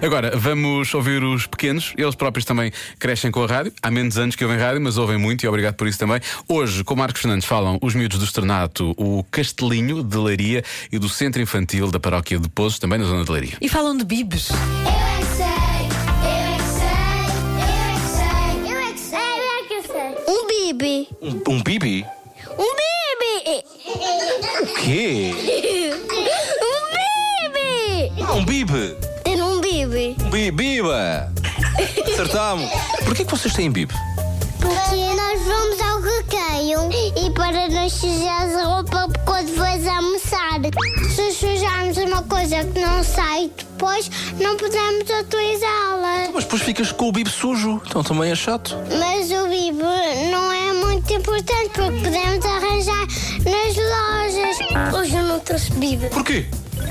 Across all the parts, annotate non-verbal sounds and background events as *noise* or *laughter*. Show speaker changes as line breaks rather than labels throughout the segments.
Agora, vamos ouvir os pequenos. Eles próprios também crescem com a rádio. Há menos anos que ouvem rádio, mas ouvem muito e obrigado por isso também. Hoje, com o Marcos Fernandes, falam os miúdos do Estrenato, o Castelinho de Leiria e do Centro Infantil da Paróquia de Pozos, também na zona de Leiria.
E falam de bibes.
Eu é que sei, eu é que sei, eu é que sei, eu é que sei, eu é que sei. Um bibi.
Um, um bibi?
Um bibi.
Quê?
Um bibi.
Um bibe?
Ter um bibi.
Um bi- biba! Acertámos! Porquê que vocês têm bibe?
Porque nós vamos ao recreio e para nos sujar a roupa quando vais almoçar. Se sujarmos uma coisa que não sai depois, não podemos utilizá-la.
Mas depois ficas com o bibe sujo, então também é chato.
Mas o bibo não é muito importante porque podemos arranjar nas lojas. Hoje eu não trouxe bibo.
Porquê?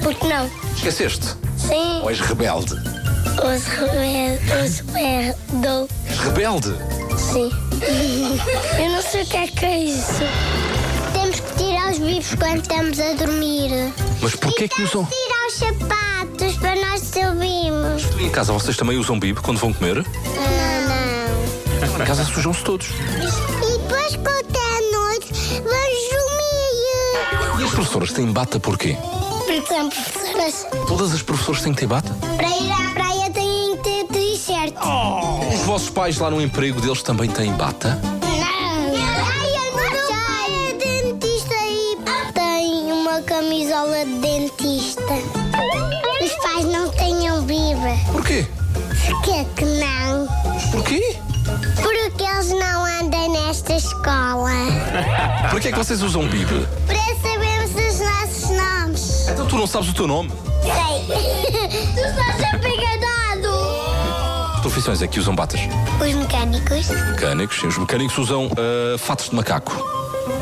Porque não?
Esqueceste?
Sim.
Ou és rebelde?
Os remédios perdão.
És rebelde?
Sim. *laughs* Eu não sei o que é que é isso. Temos que tirar os bibos quando estamos a dormir.
Mas porquê é que usam?
Tirar os sapatos para nós subirmos.
Em casa vocês também usam bibe quando vão comer?
Não,
Em casa sujam-se todos.
não. E depois quando é noite, vamos dormir.
E as professoras têm bata porquê?
Porque são professoras.
Todas as professoras têm que ter bata?
Para ir à praia tem que ter t-shirt.
Os vossos pais lá no emprego deles também têm bata?
Não. Ai, eu não sei. dentista e tem uma camisola de dentista. Os pais não tenham biba.
Porquê?
Porquê que não?
Porquê?
Porque eles não andam nesta escola.
Porquê é que vocês usam bibe?
Para sabermos os nossos nomes.
Então tu não sabes o teu nome?
Sei. *laughs* tu estás apegadado.
Que profissões é que usam batas?
Os mecânicos.
Mecânicos, sim. Os mecânicos usam ah, fatos de macaco.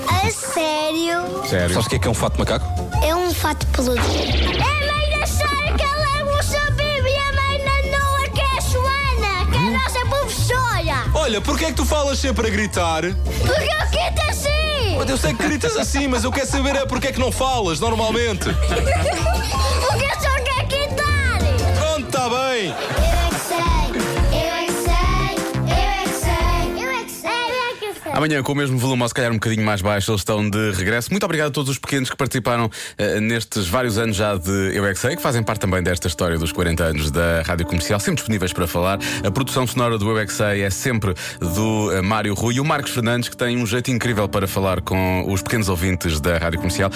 A sério?
Sério?
Sabes o que é que é um fato de macaco?
É um fato peludo. É A mãe da Sara que leva o seu bebê e a mãe da Noa que é a Joana, que é a nossa professora.
Olha, porquê é que tu falas sempre a gritar?
Porque eu quero assim.
Eu sei que gritas assim, mas eu quero saber é porque é que não falas normalmente.
*laughs* Porque eu só quero quitar.
Pronto, está bem.
Eu é que sei, eu é que sei, eu é que sei, eu é que sei, eu é que sei.
Amanhã, com o mesmo volume, ou se calhar um bocadinho mais baixo, eles estão de regresso. Muito obrigado a todos os pequenos que participaram eh, nestes vários anos já de Eu é que Sei, que fazem parte também desta história dos 40 anos da Rádio Comercial, sempre disponíveis para falar. A produção sonora do Eu é que Sei é sempre do eh, Mário Rui e o Marcos Fernandes, que tem um jeito incrível para falar com os pequenos ouvintes da Rádio Comercial.